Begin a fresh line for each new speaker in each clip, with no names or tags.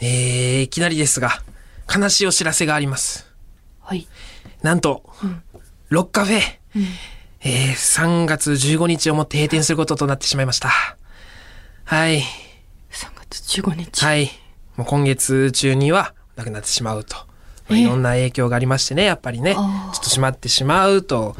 えーいきなりですが、悲しいお知らせがあります。
はい。
なんと、ロッカフェ、えー3月15日をもって閉店することとなってしまいました。はい。
3月15日。
はい。もう今月中にはなくなってしまうと。まあ
ええ
いろんな影響がありましてね、やっぱりね、ちょ
あー
っと閉まってしまうと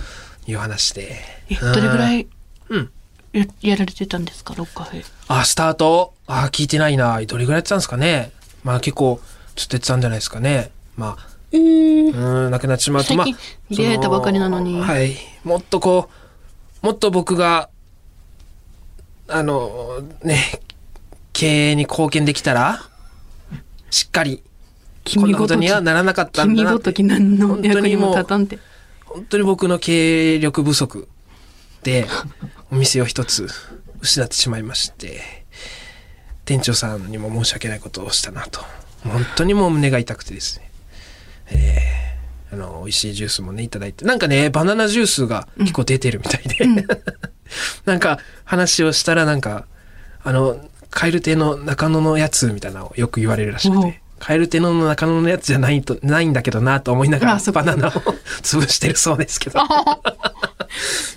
いう話で。
え、どれぐらい
うん。
ややられてたんですか、ロッカフェ。
あ、スタートあ、聞いてないな。どれぐらいやってたんですかねまあ結構、ずっとやってたんじゃないですかね。まあ、
うん。
うん、なくなってしまうと、
最
まあ
近、出会えたばかりなのに
そはい。もっとこう、もっと僕が、あの、ね、経営に貢献できたら、しっかり、こん
君
なこ
ご
と
と
に
き、
はならなかったんだ
君
な
ご
っ
と
て
き何の
本当
役に
に
も
もう
立、たんて。
本当に僕の経営力不足で、お店を一つ失ってしまいまして、店長さんにも申し訳ないことをしたなと。本当にもう胸が痛くてですね。えー、あの、美味しいジュースもね、いただいて。なんかね、バナナジュースが結構出てるみたいで。 なんか話をしたらなんか、あの、カエル亭の中野のやつみたいなのをよく言われるらしく
おう
て。カエル亭の中野のやつじゃないと、ないんだけどなと思いなが
あ
ら
そ、っか
バナナを潰してるそうです けど。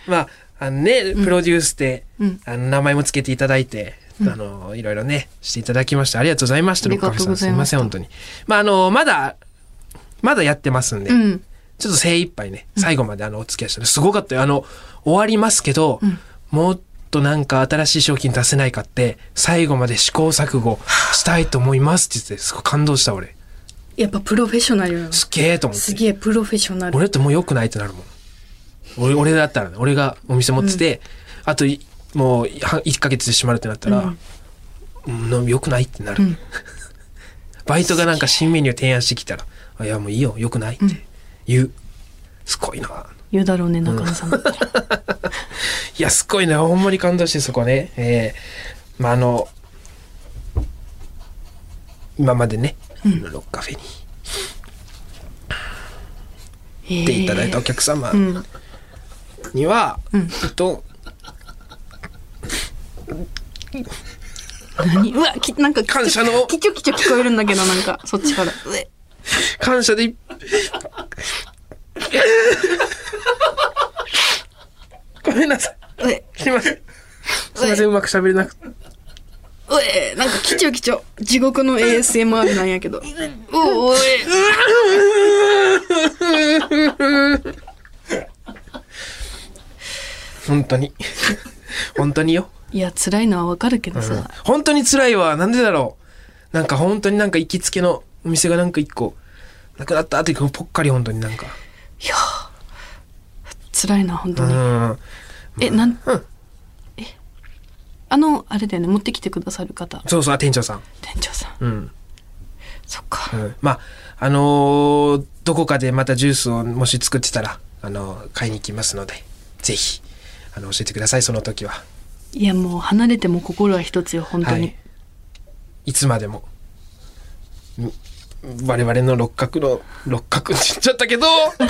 まあ、あのね、プロデュースで、
うん
あの名前もつけていただいて、あの、いろいろね、していただきまして、ありがとうございました、
あり
六
が
角
と
さ
うご
ん。す
ざい
み
ま
ま
し
せ
た
ん、本当に。まあ、あの、まだ、まだやってますんで、
うん。
ちょっと精一杯ね、最後まであの、お付き合いしてね、すごかったよ。あの、終わりますけど、もっとなんか新しい商品出せないかって、最後まで試行錯誤したいと思いますって言って、すごい感動した俺。
やっぱプロフェッショナルよな
すげえと思って。
すげえプロフェッショナル
俺ってもう良くないってなるもん。俺俺だったらね、俺がお店持ってて、あといもうは1ヶ月で閉まるってなったら、うん、良くないってなる。 バイトがなんか新メニュー提案してきたら、あいやもういいよ、良くないって言う。すごいな。
言うだろうね、中野さんだったら。
いや、すごいな。ほんまに感動して、そこね。えーまあ、あの、今までね、ロッカフェに
え
来ていただいたお客様には、えっと、
何うわ、きなんか、
感謝の
キチョキチョ聞こえるんだけど、なんか、そっち から。うえ
感謝でい、ごめんなさい。
うえ
すいません。すいません、うまく喋れなくて。
うえなんかキチョキチョ地獄の ASMR なんやけどうおおえ
本当に。本当によ。
いや、辛いのはわかるけどさ。
本当に辛いわ。なんでだろう。なんか本当になんか行きつけのお店がなんか一個、なくなったっていうかぽっかり本当になんか。
辛いな、本
う
当に。
ん。
え、なん、
うん
え、あの、あれだよね、持ってきてくださる方、
そうそう、あ店長さん。
店長さん。
うん。
そっか。
うん、まあ、あのーどこかでまたジュースをもし作ってたら、あのー買いに行きますので、ぜひ、あの、教えてください、その時は。
いや、もう離れても心は一つよ、本当
は
に。
い。いつまでも。ん我々の六角の、六角って言っちゃったけど、うーん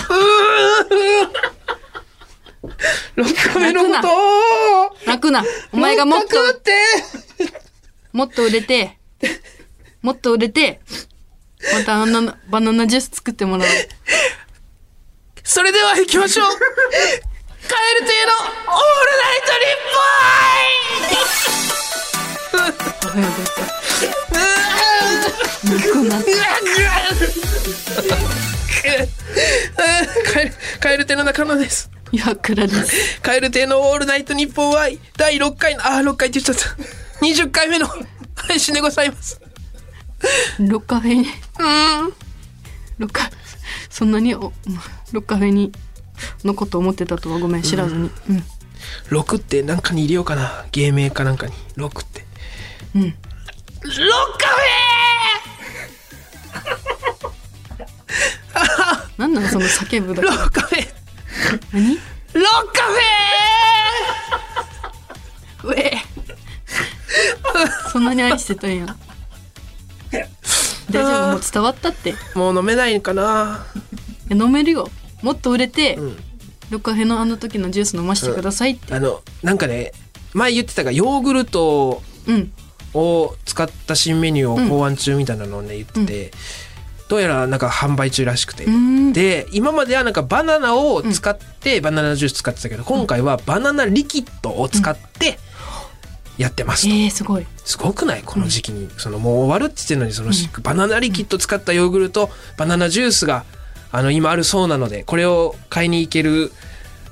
六角目のことを
泣くな。お前がもっと、
六角って
もっと売れて、もっと売れて、またあんなバナナジュース作ってもらおう。
それでは行きましょうカエル亭のオールナイトニッポン愛
おはようございます泣くなって。
カエル、カエル亭の中野です。
岩倉です。
カエル亭のオールナイトニッポン愛第6回の、あー、6回って言っちゃった。20回目の配信でございます。
ロッカフェに、ロッカ、そんなにお、ロッカフェに、のこと思ってたとはごめん、知らずに。うん。
6ってなんかに入れようかな。芸名かなんかに。6って。
うん。
ロッカフ
なんなのその叫ぶだ
ェロ。
け
ッカフェ
何
ロッカフ
うえそんなに愛してたんや大丈夫もう伝わったってい
ェもう飲めないかな。
や飲めるよもっと売れて、ロカフェのあの時のジュース飲ませてくださいって
あの、なんかね、前言ってたが、ヨーグルト
うん
を使った新メニューを考案中みたいなのをね言ってて、どうやらなんか販売中らしくて、
うん
で今まではなんかバナナを使って、バナナジュース使ってたけど今回はバナナリキッドを使ってやってますと、
えー、すごい
すごくないこの時期に、そのもう終わるって言ってるのにその、バナナリキッド使ったヨーグルトバナナジュースがあの今あるそうなのでこれを買いに行ける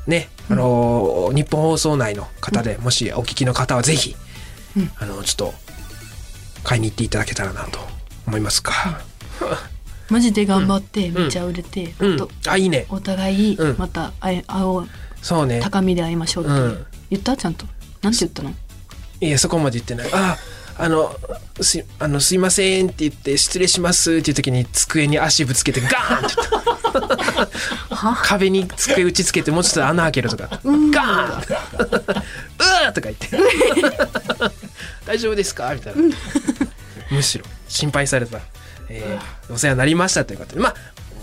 ねあのー日本放送内の方で、もしお聞きの方はぜひ、
うん
あのちょっと買いに行っていただけたらなと思いますか、
マジで頑張ってめっちゃ売れて、
うん
と
あいいね
お互い
うん
また会え会おう
そうね
高みで会いましょうって、
うん
言ったちゃんとなんて言ったの
いやそこまで言ってないああのすあのすいませんって言って失礼しますっていう時に机に足ぶつけてガーンって言った壁に机打ちつけてもうちょっと穴開けるとかガーンうわーとか言って 大丈夫ですかみたいなむしろ心配された、えーお世話になりましたということでまあ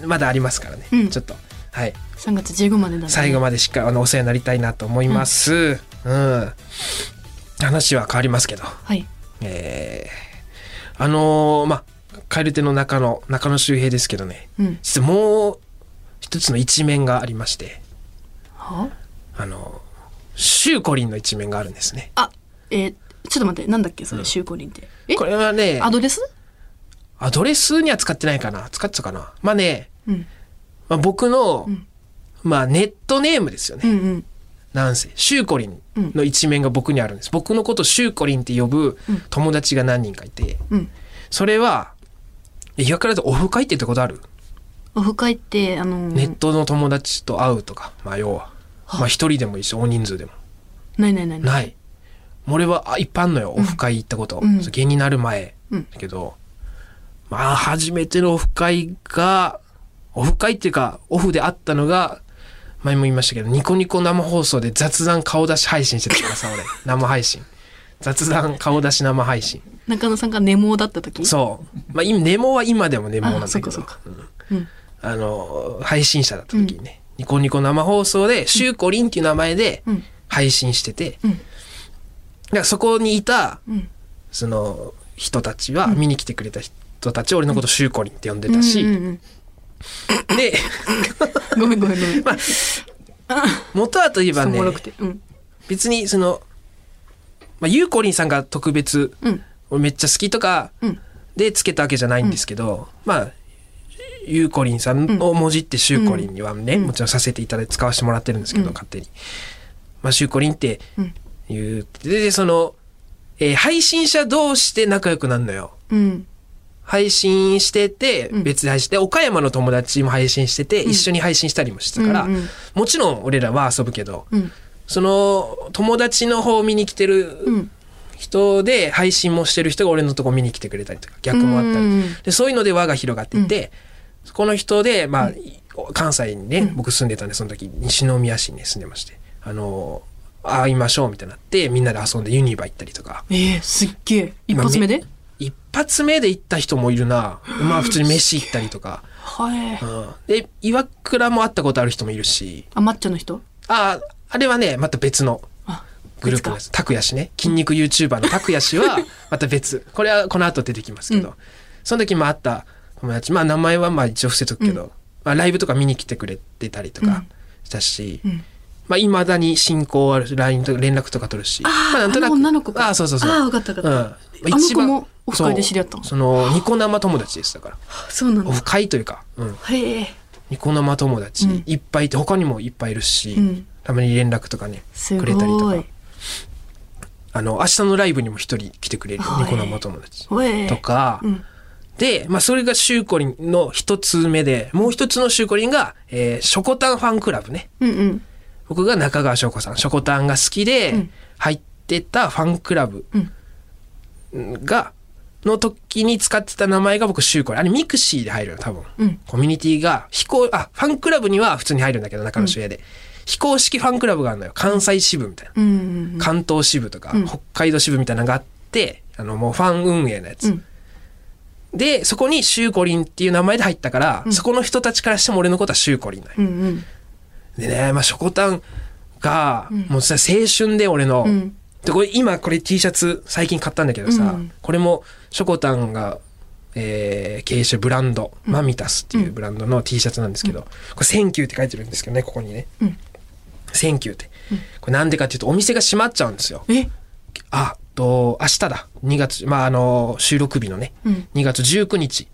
まだありますからね、
うん
ちょっとはい
3月15までだ、ね、
最後までしっかりあのお世話になりたいなと思います。うん、話は変わりますけど、
はい
えーあのーまあ蛙亭の中野中野周平ですけどね、
うん
実はもう一つの一面がありまして、
は
あのシューコリンの一面があるんですね。
あえー、ちょっと待ってなんだっけそれシュウコリンってえ
これはね
アドレス
アドレスには使ってないかな使ってたかなまあね、
うん
まあ、僕の、
ん
まあネットネームですよね
う。んうん
なんせ、シューコリンの一面が僕にあるんです。僕のことシューコリンって呼ぶ友達が何人かいて、
うん
それは、え逆から言うとオフ会って言ったことある、
オフ会ってあのー
ネットの友達と会うとか、まあ要は。まあ一人でもいいし、大人数でも。
ないないないない
ない。俺はあいっぱいあんのよ、オフ会行ったこと。
うん
そう芸人になる前。
うん
だけど、まあ初めてのオフ会が、オフ会っていうか、オフで会ったのが、前も言いましたけど、ニコニコ生放送で雑談顔出し配信してたから さ、俺。生配信。雑談顔出し生配信。
中野さんが寝坊だった時
そう。まあ今、ネモは今でもネモなんだけ
あ
ど。
そうか
うん
うん
あの、配信者だった時にね、ニコニコ生放送で、シュウコリンっていう名前で
うん
配信してて、
うん
だからそこにいた、
うん
その人たちは、見に来てくれた人たち、俺のことシュウコリンって呼んでたし、
うんうんうん
で、
ごめんごめんご めん、
元はといえば
そう
ね
も、ろくてうん
別にその、まあ、ゆうこりんさんが特別、
うん
俺めっちゃ好きとか
うん
でつけたわけじゃないんですけど、まあ、ゆうこりんさんをもじってしゅうこりんにはね、もちろんさせていただいて使わせてもらってるんですけど、
うん
勝手に。まあ、しゅうこりんって
うん
言う。で、その、えー配信者同士で仲良くなるのよ。
うん
配信してて、
うん
別で配信して、岡山の友達も配信してて、一緒に配信したりもしてたから、
うんうん
もちろん俺らは遊ぶけど、
うん
その友達の方を見に来て
う
る
ん
人で、配信もしてる人が俺のとこ見に来てくれたりとか、逆もあった
う
り。
ん
で、そういうので輪が広がってて、そこの人で、まあ、関西にね、僕住んでたんで、その時、西宮市に住んでまして、あのー会いましょうみたいになって、みんなで遊んでユニバ行ったりとか。
えー、すっげえ一発目で
まあめ一発目で行った人もいるな。まあ、普通に飯行ったりとか。
はい
うん、で、岩倉も会ったことある人もいるし、
あマッチョの人
ああ、あれはね、また別の
あ
グループです。拓也氏ね。筋肉 YouTuber の拓也氏は、 また別。これはこの後出てきますけど。その時も会った友達、まあ名前はまあ一応伏せとくけど、まあライブとか見に来てくれてたりとかしたし、
うん
まあ未だに進行あるし、LINE とか連絡とか取るし。まあなんとな
あ
く。
の女の子か
ああ、そうそうそう。
ああ分かった分かった、
うん。
あの
一
子
番
もオフ会で知り合ったの
そうその、ニコ生友達ですだから。
そうなん
オ
だ
フ会というか、うん。
へえ
ニコ生友達
うん
いっぱいいて、他にもいっぱいいるし、
うん
たまに連絡とかね
す
くれたりと
ご
か
い
あの明日のライブにも一人来てくれる
はい
ニコ生友達
ほえ
とか、
うん
で、まあ、それがシューコリンの一つ目でもう一つのシューコリンが、えーショコタンファンクラブね
うんうん
僕が中川翔子さんショコタンが好き
う
で
ん
入ってたファンクラブ
うん
が、の時に使ってた名前が僕シューコリンあれミクシーで入るよ多分。
うん
コミュニティが非公、あ、ファンクラブには普通に入るんだけど、中野周平で。非公式ファンクラブがあるのよ。関西支部みたいな。
うんうん
関東支部とか、
うん
北海道支部みたいなのがあって、あの、もうファン運営のやつ。
うん
で、そこにシューコリンっていう名前で入ったから、そこの人たちからしても俺のことはシューコリンだよ。
うんうん
でね、まあ、ショコタンが、もうさ、青春で俺の、
うん
でこれ今これ T シャツ最近買ったんだけどさ、
うん
これもしょこたんが、えー経営してるブランド、マミタスっていうブランドの T シャツなんですけど、これ「センキュー」って書いてるんですけどねここにね
うん
「センキュー」って、これなんでかっていうとお店が閉まっちゃうんですよ。
え
あと明日だ2月まああの収録日のね
うん
2月19日、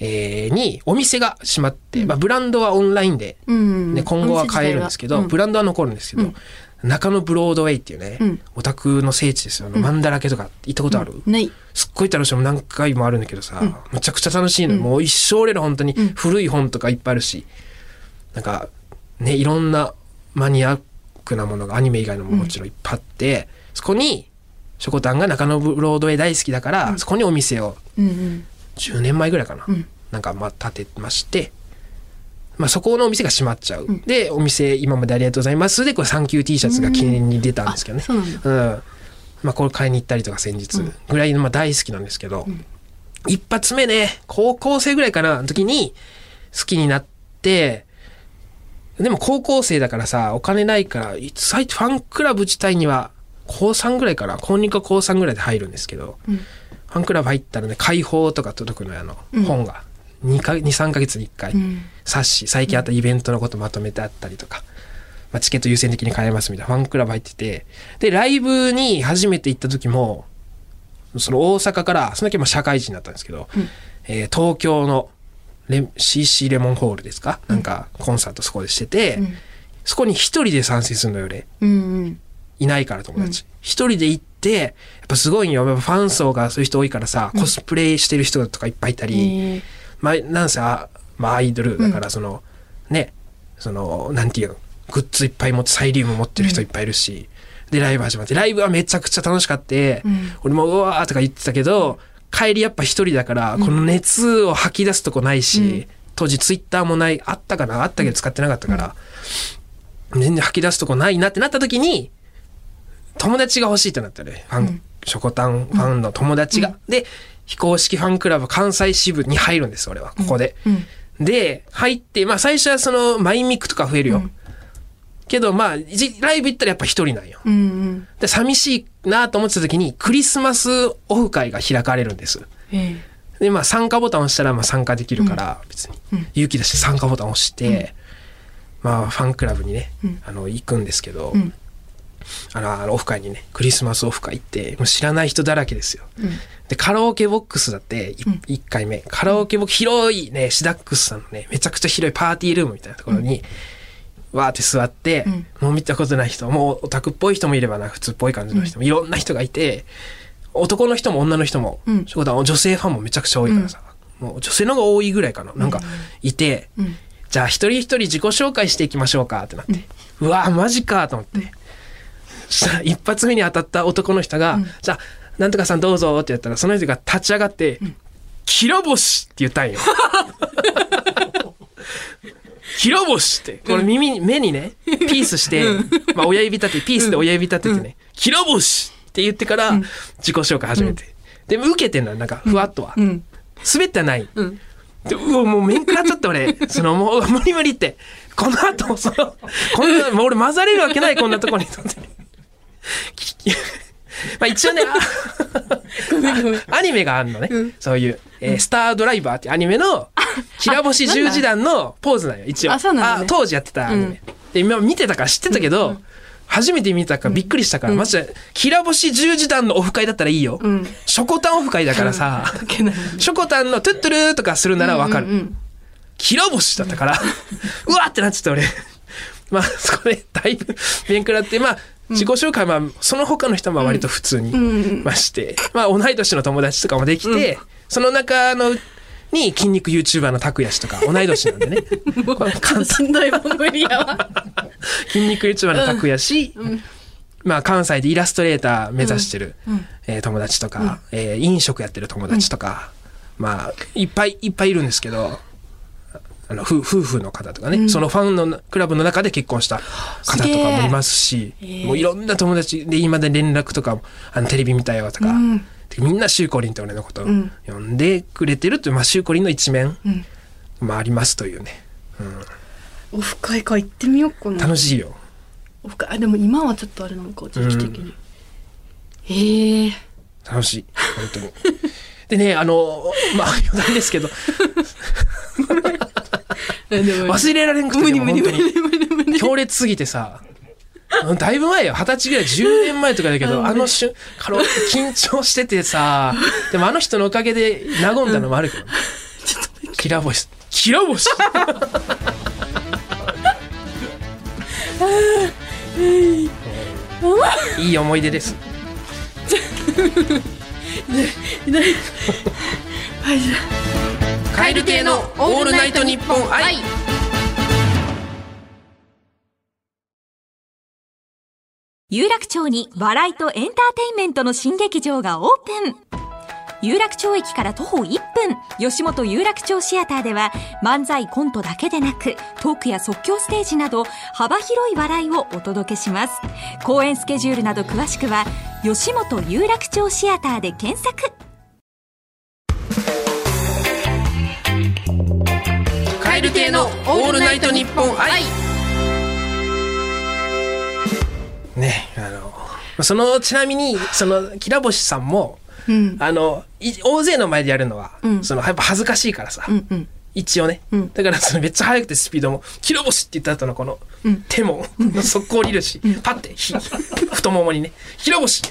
えーにお店が閉まって、まあ、ブランドはオンラインで、
うん
ね、今後は変えるんですけど、
うん
ブランドは残るんですけど、中野ブロードウェイっていうね、
うん
オタクの聖地ですよあの、マンだらけとか行ったことある、
ない
すっごい楽しいもう何回もあるんだけどさ、めちゃくちゃ楽しいの、もう一生売れる本当に
ん
古い本とかいっぱいあるし、なんかねいろんなマニアックなものがアニメ以外のももちろんいっぱいあって、そこにしょこたんが中野ブロードウェイ大好きだから、そこにお店を
うんうん
10年前ぐらいかな、
うん
なんかまあ建てまして、まあ、そこのお店が閉まっちゃう、でお店今までありがとうございますでこれサンキュー T シャツが記念に出たんですけどね、
そうなんだ
うんまあ、これ買いに行ったりとか先日ぐらいの、まあ、大好きなんですけど、一発目ね高校生ぐらいかなの時に好きになってでも高校生だからさお金ないからいつファンクラブ自体には高3ぐらいから高2か高3ぐらいで入るんですけど、
うん
ファンクラブ入ったらね解放とか届くのよあの、本が23ヶ月に1回、
うん
冊子最近あったイベントのことまとめてあったりとか、まあ、チケット優先的に買えますみたいなファンクラブ入っててでライブに初めて行った時もその大阪からその時もう社会人だったんですけど、えー東京のレ CC レモンホールですか、なんかコンサートそこでしてて、
ん
そこに一人で参戦するのよ俺
うんうん
いないから友達一、人で行ってやっぱすごいよやっぱファン層がそういう人多いからさ、コスプレしてる人とかいっぱいいたり。
えー
まあ、なんせあ、まあ、アイドルだからその、ねそのなんていうのグッズいっぱい持ってサイリウム持ってる人いっぱいいるし、でライブ始まってライブはめちゃくちゃ楽しかって、俺もうわーとか言ってたけど帰りやっぱ一人だから、この熱を吐き出すとこないし、当時ツイッターもないあったかなあったけど使ってなかったから、全然吐き出すとこないなってなった時に友達が欲しいってなったねファン、ショコタンファンの友達が、で非公式ファンクラブ関西支部に入るんです俺はここで、で入ってまあ最初はそのマイミクとか増えるよ、けどまあじライブ行ったらやっぱ一人なんよ
うんうん
で寂しいなと思ってた時にクリスマスオフ会が開かれるんです
ええ
でまあ参加ボタンを押したらまあ参加できるから別に勇気出して参加ボタンを押して、まあファンクラブにね、あの行くんですけど、
ん
あのあのオフ会にねクリスマスオフ会行ってもう知らない人だらけですよ、でカラオケボックスだって1回目カラオケボックス広いねシダックスさんのねめちゃくちゃ広いパーティールームみたいなところに、わーって座って、もう見たことない人もうオタクっぽい人もいればな普通っぽい感じの人も、いろんな人がいて男の人も女の人も、
ん
しょこたん女性ファンもめちゃくちゃ多いからさ、もう女性の方が多いぐらいかななんかいて、じゃあ一人一人自己紹介していきましょうかってなって、うわーマジかと思って、そしたら一発目に当たった男の人が「じゃあなんとかさんどうぞ」ってやったらその人が立ち上がって「きらぼし」って言ったんよ。 きらぼしってこれ耳に目にねピースして、まあ、親指立てピースで親指立ててね「きらぼし」って言ってから自己紹介始めて、でも受けてんのよなんかふわっとは、
うん
滑ってはない、
うん
でうわもう面食らっちゃった俺そのもう無理無理ってこの後そのこんなもう俺混ざれるわけないこんなとこにと思って ききまあ一応ねあアニメがあるのね、そういう、えースタードライバー」っていうアニメのきらぼし十字団のポーズなんよ一応
あそうなんだね
当時やってたアニメ、で今見てたから知ってたけど、初めて見たからびっくりしたから、マジできらぼし十字団のオフ会だったらいいよ、
ん
ショコタンオフ会だからさ、
かけない
ショコタンのトゥットゥルーとかするならわかる。
うんうん
キラボシだった から、うわーってなっちゃった俺。まあ、そこでだいぶ面食らって、まあ、自己紹介は、まあ、その他の人は割と普通にまして、まあ、同い年の友達とかもできて、その中の、に筋肉 YouTuber の拓也氏とか同い年なんで ね
もうしんどいもん無理やわ
筋肉 YouTuber の拓也氏、まあ、関西でイラストレーター目指してる、えー友達とか、えー飲食やってる友達とか、まあいっぱいいっぱいいるんですけどあの夫夫婦の方とかね、そのファンのクラブの中で結婚した方とかもいますしもういろんな友達で今で連絡とかもあのテレビ見たよとか、でみんなシューコリンって俺のことを呼んでくれてるという、まあ、シューコリンの一面、まあ、ありますというね
オフ会か行ってみようかな
楽しいよ。
オフ会あでも今はちょっとあれなのか時期的に、
ええー。
楽しい本当にでねあのまあ余談ですけど
えでも
忘れられんくて
無
で
理
も
無理
本当
無理
に
無理無理無理。
強烈すぎてさうんだいぶ前よ二十歳ぐらい10年前とかだけどあの瞬カラオケ緊張しててさでもあの人のおかげで和んだのもあるけど、ねキラボシキラボ シいい思い出です
はいじゃ
カエル亭のオールナイトニッポン愛
有楽町に笑いとエンターテインメントの新劇場がオープン有楽町駅から徒歩1分吉本有楽町シアターでは漫才コントだけでなくトークや即興ステージなど幅広い笑いをお届けします公演スケジュールなど詳しくは吉本有楽町シアターで検索
カエル亭のオールナイトニッポン愛ねあのそのちなみにそのきらぼしさんも
うん
あのい大勢の前でやるのは、
うん
そのやっぱ恥ずかしいからさ、
うんうん
一応ね、
うん
だからそのめっちゃ速くてスピードも「きらぼし」って言った後のこの
うん
手も、速攻降りるし、パッてひ太ももにね「きらぼし」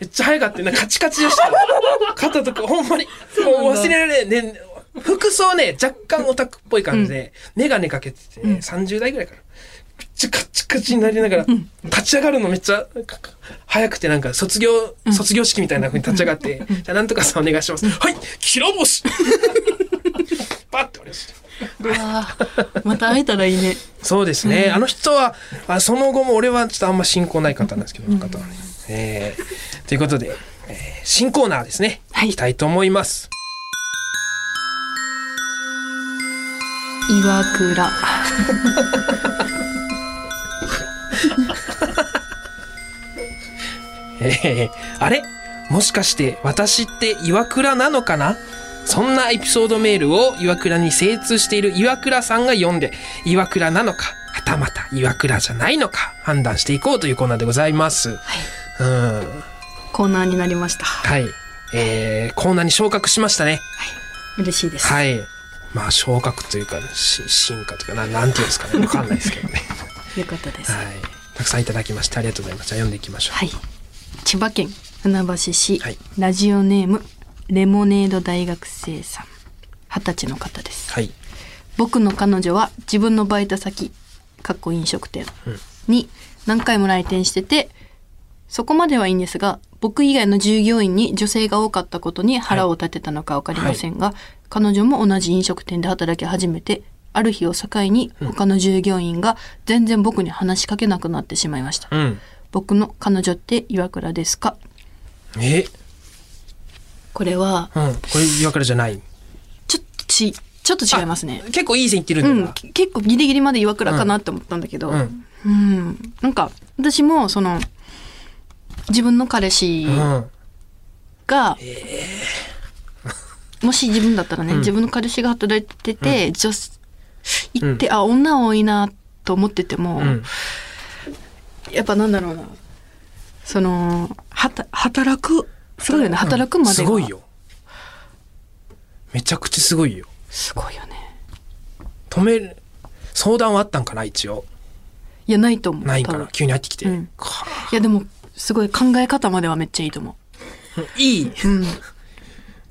めっちゃ速かったよねカチカチでしたよ肩とかほんまにもう忘れられないね服装ね若干オタクっぽい感じで、眼鏡かけてて、ね30代ぐらいかなめっちゃカチカチになりながら、立ち上がるのめっちゃかか早くてなんか卒業、卒業式みたいな風に立ち上がって、じゃあなんとかさんお願いします、はいきらぼ しパッて俺
うわーまた会えたらいいね
そうですね、あの人はあその後も俺はちょっとあんま進行ない方なんですけど、この方はね、えーということで、えー新コーナーですね、
はい
いきたいと思います
岩倉
えーあれもしかして私って岩倉なのかなそんなエピソードメールを岩倉に精通している岩倉さんが読んで、岩倉なのか、はたまた岩倉じゃないのか判断していこうというコーナーでございます。はい。うん。
コーナーになりました
はい。えー、コーナーに昇格しましたね。
嬉しいです
はい。まあ昇格というか、し進化というかな、なんていうんです かね。わかんないですけどね。
よかったです
はい。たくさんいただきましてありがとうございます。じゃあ読んでいきましょう。
はい千葉県船橋市、
はい
ラジオネームレモネード大学生さん二十歳の方です
はい。
僕の彼女は自分のバイト先かっこ飲食店に何回も来店しててそこまではいいんですが僕以外の従業員に女性が多かったことに腹を立てたのか分かりませんが、彼女も同じ飲食店で働き始めてある日を境に他の従業員が全然僕に話しかけなくなってしまいました、
うん。
僕の彼女って岩倉ですか
え
これは
うん。これ岩倉じゃない。
ちょっとちちょっと違いますね
結構いい線いってるんだよ
うん
な、
け結構ギリギリまで岩倉かなって思ったんだけど、
うん
うん、なんか私もその自分の彼氏
うん
が、もし自分だったらね、自分の彼氏が働いてて、女子行って、あ女多いなと思ってても、
うん
やっぱなんだろうなそのはた働くすごいよね働くまでが
すごいよめちゃくちゃすごいよ
すごいよね
止める相談はあったんかな一応
いやないと思う
ないんか
多
な
分
急に入ってきて、
うん
かあ
いやでもすごい考え方まではめっちゃいいと思、
いいう
うん、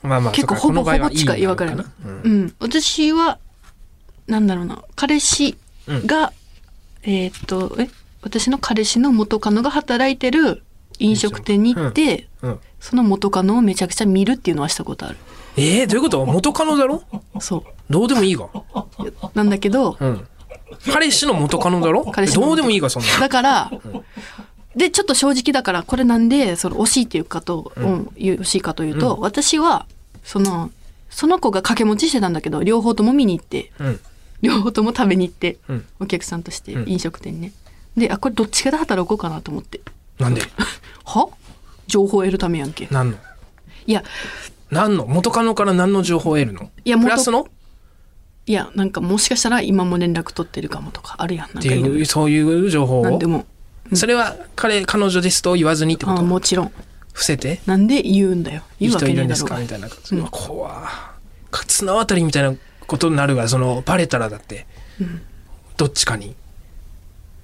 まあまあ
結構
そ
ほ
っかこの
ぼ
場
ほ
合は
ぼ
いい
近
な
い岩
のか
倉
な
にうん、私はなんだろうな彼氏が、えーっとえ私の彼氏の元カノが働いてる飲食店に行って、
うんうん
その元カノをめちゃくちゃ見るっていうのはしたことある
えー、どういうこと元カノだろ
そう
どうでもいいが、
なんだけど、
うん、彼氏の元カノだろ
彼氏の元
どうでもいいがそんな
だから、でちょっと正直だからこれなんでその惜しいっていうかと、うん、惜しいかというと、私はそのその子が掛け持ちしてたんだけど両方とも見に行って
のうん
両方とも食べに行って、
うん
お客さんとして
うん
飲食店ね、であこれどっちかで働こうかなと思って
なんで
は情報を得るためやんけ
何の
いや
何の元カノから何の情報を得るの
いや元
プラスのっ
いやなんかもしかしたら今も連絡取ってるかもとかあるやんなん
て
かいろい
い
ろ
うそういう情報
なん
を
でも
それは彼彼女ですと言わずにってこ
あ
と
もちろん
伏せて
なんで言うんだよ
い
言
いう
わ
人
け
い
ね
る
え
んで
だ
す
ろう
か
が
みたいなうわ怖いか綱渡りみたいなことになるがそのバレたらだって、どっちかに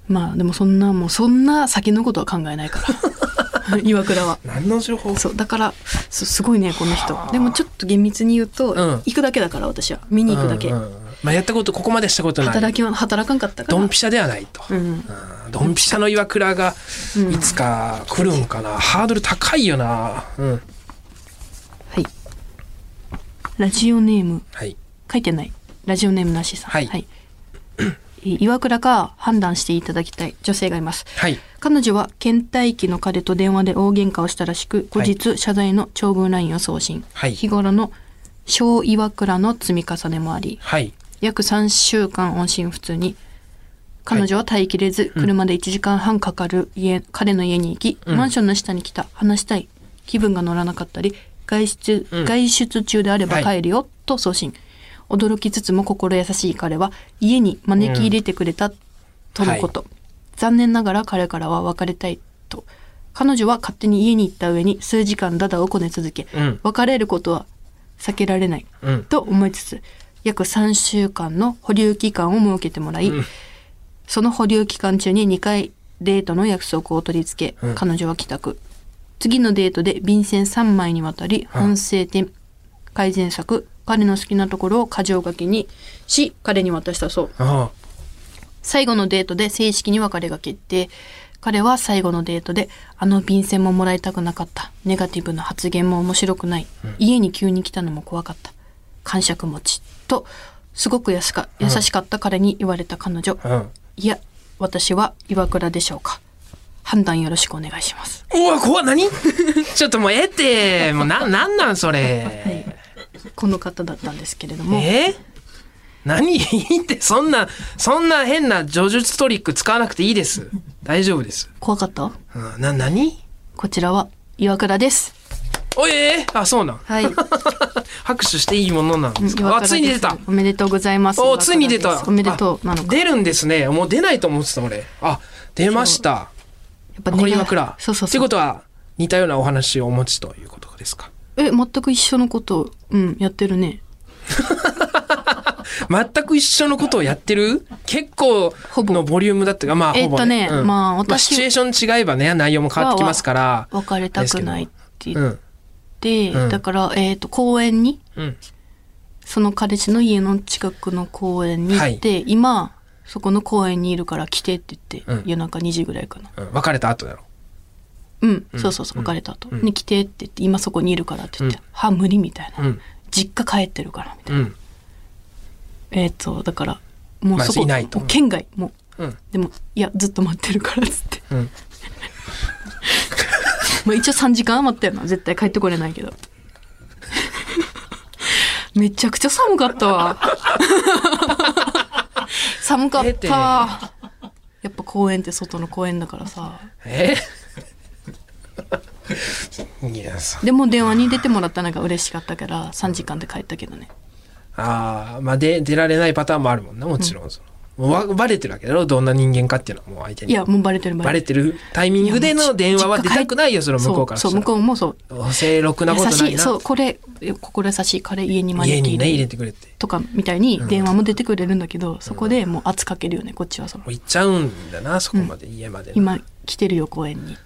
まあでもそんなもうそんな先のことは考えないか ら岩倉は
何の情報
そうだからすすごいねこの人でもちょっと厳密に言うと、
ん
行くだけだから私は見に行くだけ、
うんうんまあ、やったことここまでしたことな
働
い
きは働かんかったから
ドンピシャではないと、
うん
うんドンピシャの岩倉がいつか来るんかな、ハードル高いよなうん
はいラジオネーム
はい
書いてないラジオネームなしさん
はい
え岩倉か判断していただきたい女性がいます
はい
彼女は倦怠期の彼と電話で大喧嘩をしたらしく後日謝罪の長文 LINE を送信、
はい
日頃の小岩倉の積み重ねもあり
はい
約3週間音信不通に彼女は耐えきれず、車で1時間半かかる家、彼の家に行き、マンションの下に来た話したい気分が乗らなかったり外出、外出中であれば
はい
帰るよ、と送信驚きつつも心優しい彼は家に招き入れてくれた、とのこと、残念ながら彼からは別れたいと彼女は勝手に家に行った上に数時間ダダをこね続け、
うん
別れることは避けられない、
うん
と思いつつ約3週間の保留期間を設けてもらい、その保留期間中に2回デートの約束を取り付け、彼女は帰宅次のデートで便箋3枚にわたり反省点、改善策彼の好きなところを箇条書きにし彼に渡したそう
あ
最後のデートで正式に別れが決定彼は最後のデートであの便箋ももらいたくなかったネガティブな発言も面白くない、家に急に来たのも怖かった感触持ちとすごくやすか優しかった彼に言われた彼女、
あうん
いや私は岩倉でしょうか判断よろしくお願いします
うわ怖っ 何ちょっともうええってもう ななんなんそれ
この方だったんですけれども
え何 いいってそんなそんな変な叙述トリック使わなくていいです大丈夫です、
怖かった
うん、な何
こちらは岩倉です
おえーあそうなん
はい
拍手していいものなんですかあついに出た
おめでとうございます
お
お
ついに出た
おめでとうなの
あ
か
出るんですねもう出ないと思ってた俺あ出ました
やっぱ
これ岩倉
そうそう
って
そ
こ
う。
とは似たようなお話をお持ちということですか
え、全く一緒のことを、うん、やってるね。
全く一緒のことをやってる結構
ほぼ
のボリュームだったがまあ
え
ほぼ、
えっとねまあ私
シチュエーション違えばね内容も変わってきますから
別れたくないって
う
言っ
ん
て、
うん
だから、えっ、と、公園に、
うん
その彼氏の家の近くの公園に行って、今、そこの公園にいるから来てって言って、
うん
夜中2時ぐらいかな。
うん別れた後だろ
うん、そうそうそう、別れた後。ね、来てって言って、今そこにいるからって言って、
うん
は、無理みたいな。
うん
実家帰ってるから、みたいな。
うん
えっ、と、だから、もう
まあ
そこ、
いないと
もう県外、もう。
うん
でも、いや、ずっと待ってるからっつって。
うん
まあ一応3時間余ったよな。絶対帰ってこれないけど。 めちゃくちゃ寒かった わ。寒かっ
出て
た。やっぱ公園って外の公園だからさ。
え いやそ
でも電話に出てもらったのが嬉しかったから、3時間で帰ったけどね。
ああまあで出られないパターンもあるもんなもちろんその、もうわバレてるわけだろどんな人間かっていうのはもう相手に
いや、もうバレてる
バレてるタイミングでの電話は出たくないよその向こうからし
そう、
た
そう向こ
ら
うもそう。
お正ろくな
優
ことな
し
い
い、
な
そう、これ、心優しい彼家に招
家
き
に
入
ね入
れ
れ
て
てくれって
とかみたいに電話も出てくれるんだけど、そこでもう圧かけるよね、こっちはその
も。う行っちゃうんだなそこまで、家まで
今来てるよ公園にって、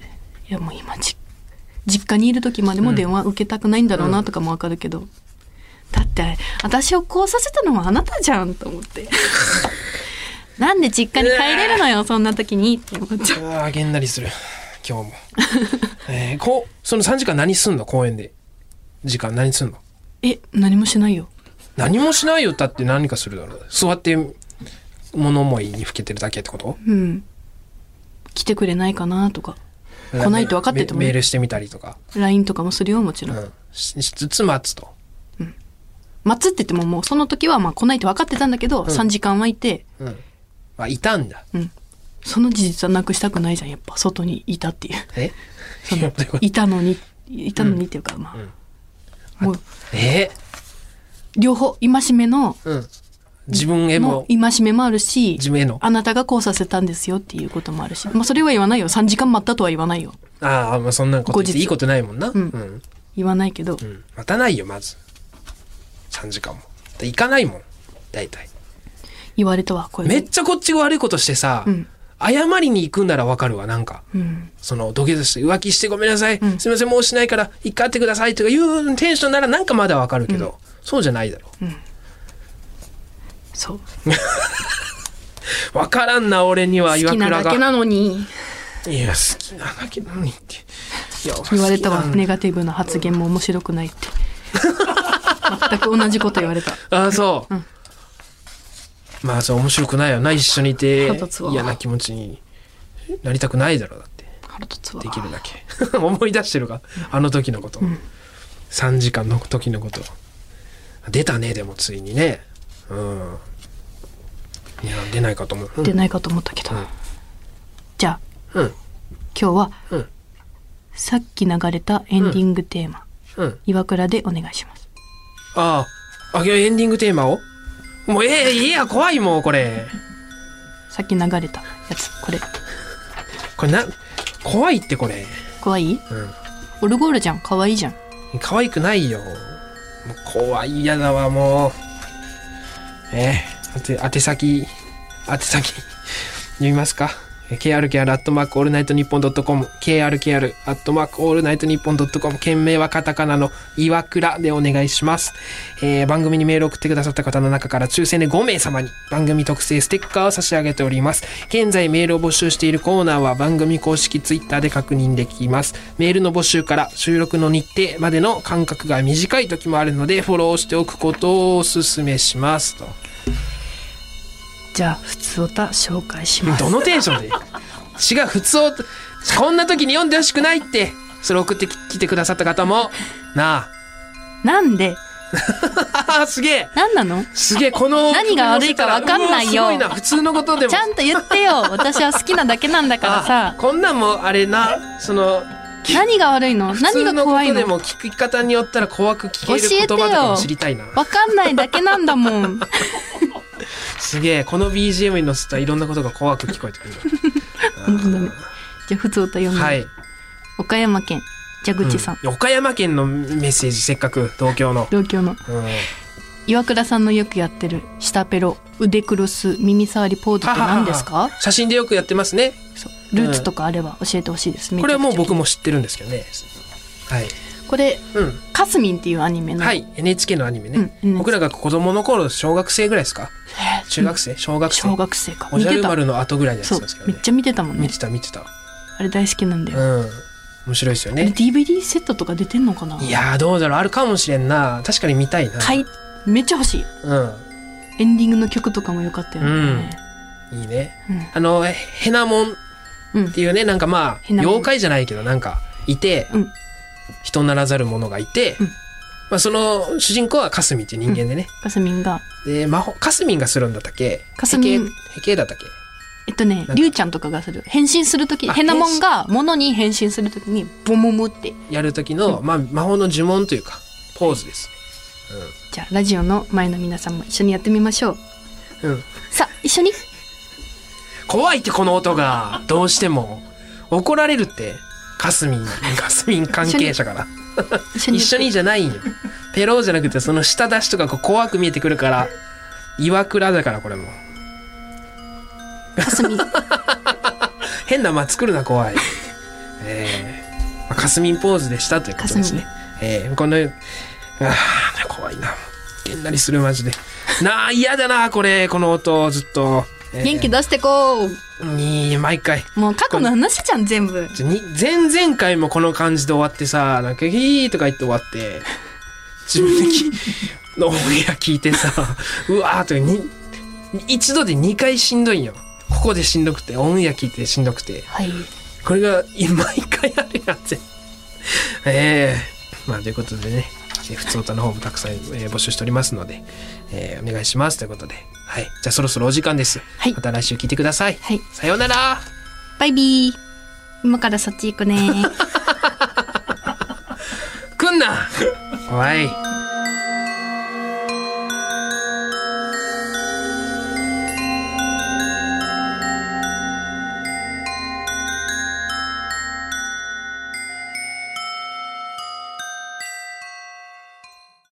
でいやもう今じ実家にいる時までも電話受けたくないんだろうなとかもわかるけど、だって私をこうさせたのはあなたじゃんと思って なんで実家に帰れるのよそんな時にって思っちゃう
うわーげんなりする今日も えー、こうその3時間何すんの公園で時間何すんの
え何もしないよ
何もしないよだって何かするだろう座って物思いにふけてるだけってこと
うん来てくれないかなとか来ないと分かってても
メメールしてみたりとか、
LINE とかもするよもち
う
ろん、
ん、ししつつ待つと
待つって言ってももうその時はまあ来ないって分かってたんだけど、3時間はいて
あいたんだ
その事実はなくしたくないじゃんやっぱ外にいたっていう
え
そのいたのにいたのにっていうか、まあ、もう
え
両方戒めの
うん自分へ
の
も、
戒めもあるし
自分への。
あなたがこうさせたんですよっていうこともあるし、まあ、それは言わないよ3時間待ったとは言わないよ
ああ、まあそんなこと言って
後日
いいことないもんな。うんん。
言わないけど、
うん。待たないよ、まず。3時間も。で行かないもん。大体。
言われたわこれ
めっちゃこっちが悪いことしてさ、
うん
謝りに行くんならわかるわ、なんか。
うん
その土下座して浮気してごめんなさい、
ん
すいませんもうしないから一回会ってくださいとかいうテンションならなんかまだわかるけど、そうじゃないだろ
そう
わからんな俺には
好
岩
きな
倉
だ
が
けなのに。
いや好きなだけなのにっていや
言われたわ
好きなんだ
ネガティブな発言も面白くないって 全く同じこと言われた
ああそう、
うん
まあそう面白くないよな一緒にいて
腹立つわ
嫌な気持ちになりたくないだろうだって
腹立つわ
できるだけ 思い出してるかあの時のこと、3時間の時のこと出たねでもついにねうんいや出ないかと思ううん
出ないかと思ったけど、
うん
じゃあ
うん
今日は、
うん
さっき流れたエンディングテーマ
うん
「岩倉」でお願いします
あああエンディングテーマをもうええいや怖いもうこれ
さっき流れたやつこれ
これな怖いってこれ
怖い
うん
オルゴールじゃん可愛いじゃん
可愛くないよもう怖い嫌だわもうええ宛て宛先宛先読みますか KRKR アットマークオールナイトニッポンドットコム KRKR アットマークオールナイトニッポンドットコム件名はカタカナの岩倉でお願いします、えー番組にメールを送ってくださった方の中から抽選で5名様に番組特製ステッカーを差し上げております現在メールを募集しているコーナーは番組公式ツイッターで確認できますメールの募集から収録の日程までの間隔が短い時もあるのでフォローしておくことをお勧めしますと
じゃあ普通歌紹介します
どのテンションで違う普通をこんな時に読んでほしくないってそれ送ってき来てくださった方もな
なんで
あすげえ
なんなの
すげえこの
何が悪いかわかんないよ
うわすごいな普通のことでも
ちゃんと言っ てよ私は好きなだけなんだから
あ
さ
こんなんもあれなその
何が悪いの
普
何
通
が
のこ
怖い
とで
の
も聞き方によったら怖く聞ける
教
言葉
えて
と
よ
かも知りたいな
わかんないだけなんだ もん
すげえこの BGM に乗せたらいろんなことが怖く聞こえてくる
本当だねじゃあ普通歌読む、
はい、
岡山県蛇口さん、
うん岡山県のメッセージせっかく東京の、
同郷の
うん、
岩倉さんのよくやってる下ペロ腕クロス耳障りポーズって何ですか
写真でよくやってますね
そうルーツとかあれば教えてほしいです
これはもう僕
も
も知ってるんですけどねはい、
これ
うん
「カスミン」っていうアニメの、
はい NHK のアニメね、
うん NHK
僕らが子供の頃小学生ぐらいですか
えー
中学生小学生
小学生か
お
見
じゃ
て
る
た
丸の後ぐらいのやつ
そ
な
うん
ですけど
め
ね
っちゃ見てたもん
見
ね
てた見てた
あれ大好きなんだよ、
うん面白いですよ
あれ
ね
DVD セットとか出てんのかない
やーどうだろうあるかもしれんな確かに見たいな、
買いめっちゃ欲しい
うん
エンディングの曲とかも良かったよね、
いいね
うん
あのへへなもんっ
うん
ていうねなんかまあ
へなもん
妖怪じゃないけどなんかいて、
うん
人ならざる者がいて、
うん
まあ、その主人公はかすみっていう人間でね、
カスミンが
で魔法かすみんがするんだったっけ
かすみん
へけへけだったっけ
えっとね
か
りゅうちゃんとかがする変身する時
あ
変なもんが物に変身する時にボモムって
やる時の、まあ、魔法の呪文というかポーズです、
じゃあラジオの前の皆さんも一緒にやってみましょう
うん、
さあ一緒に
怖いってこの音がどうしても怒られるってかすみ んかすみん関係者から
一緒に
一緒にじゃないんよペローじゃなくてその舌出しとかこう怖く見えてくるから岩倉だからこれも
カス ミン
変な間作るな怖 いええまあ、かすみんポーズでしたということですねええこのああ怖いなげんなりするマ ジでなあ嫌だなこれこの音ずっと、ええ
元気出してこう
に毎回
もう過去の話じゃん全部
じゃに前々回もこの感じで終わってさなんか「ヒー」とか言って終わ って自分できのオンエア聞いてさうわーとに一度で2回しんどいんよここでしんどくてオンエア聞いてしんどくて
はい
これがい毎回あるやつええまあということでねえー普通歌の方もたくさん、えー募集しておりますので、えーお願いしますということではいじゃあそろそろお時間です、
はい
また来週聞いてください、
はい
さようなら
バイビー今からそっち行くね
来んなおい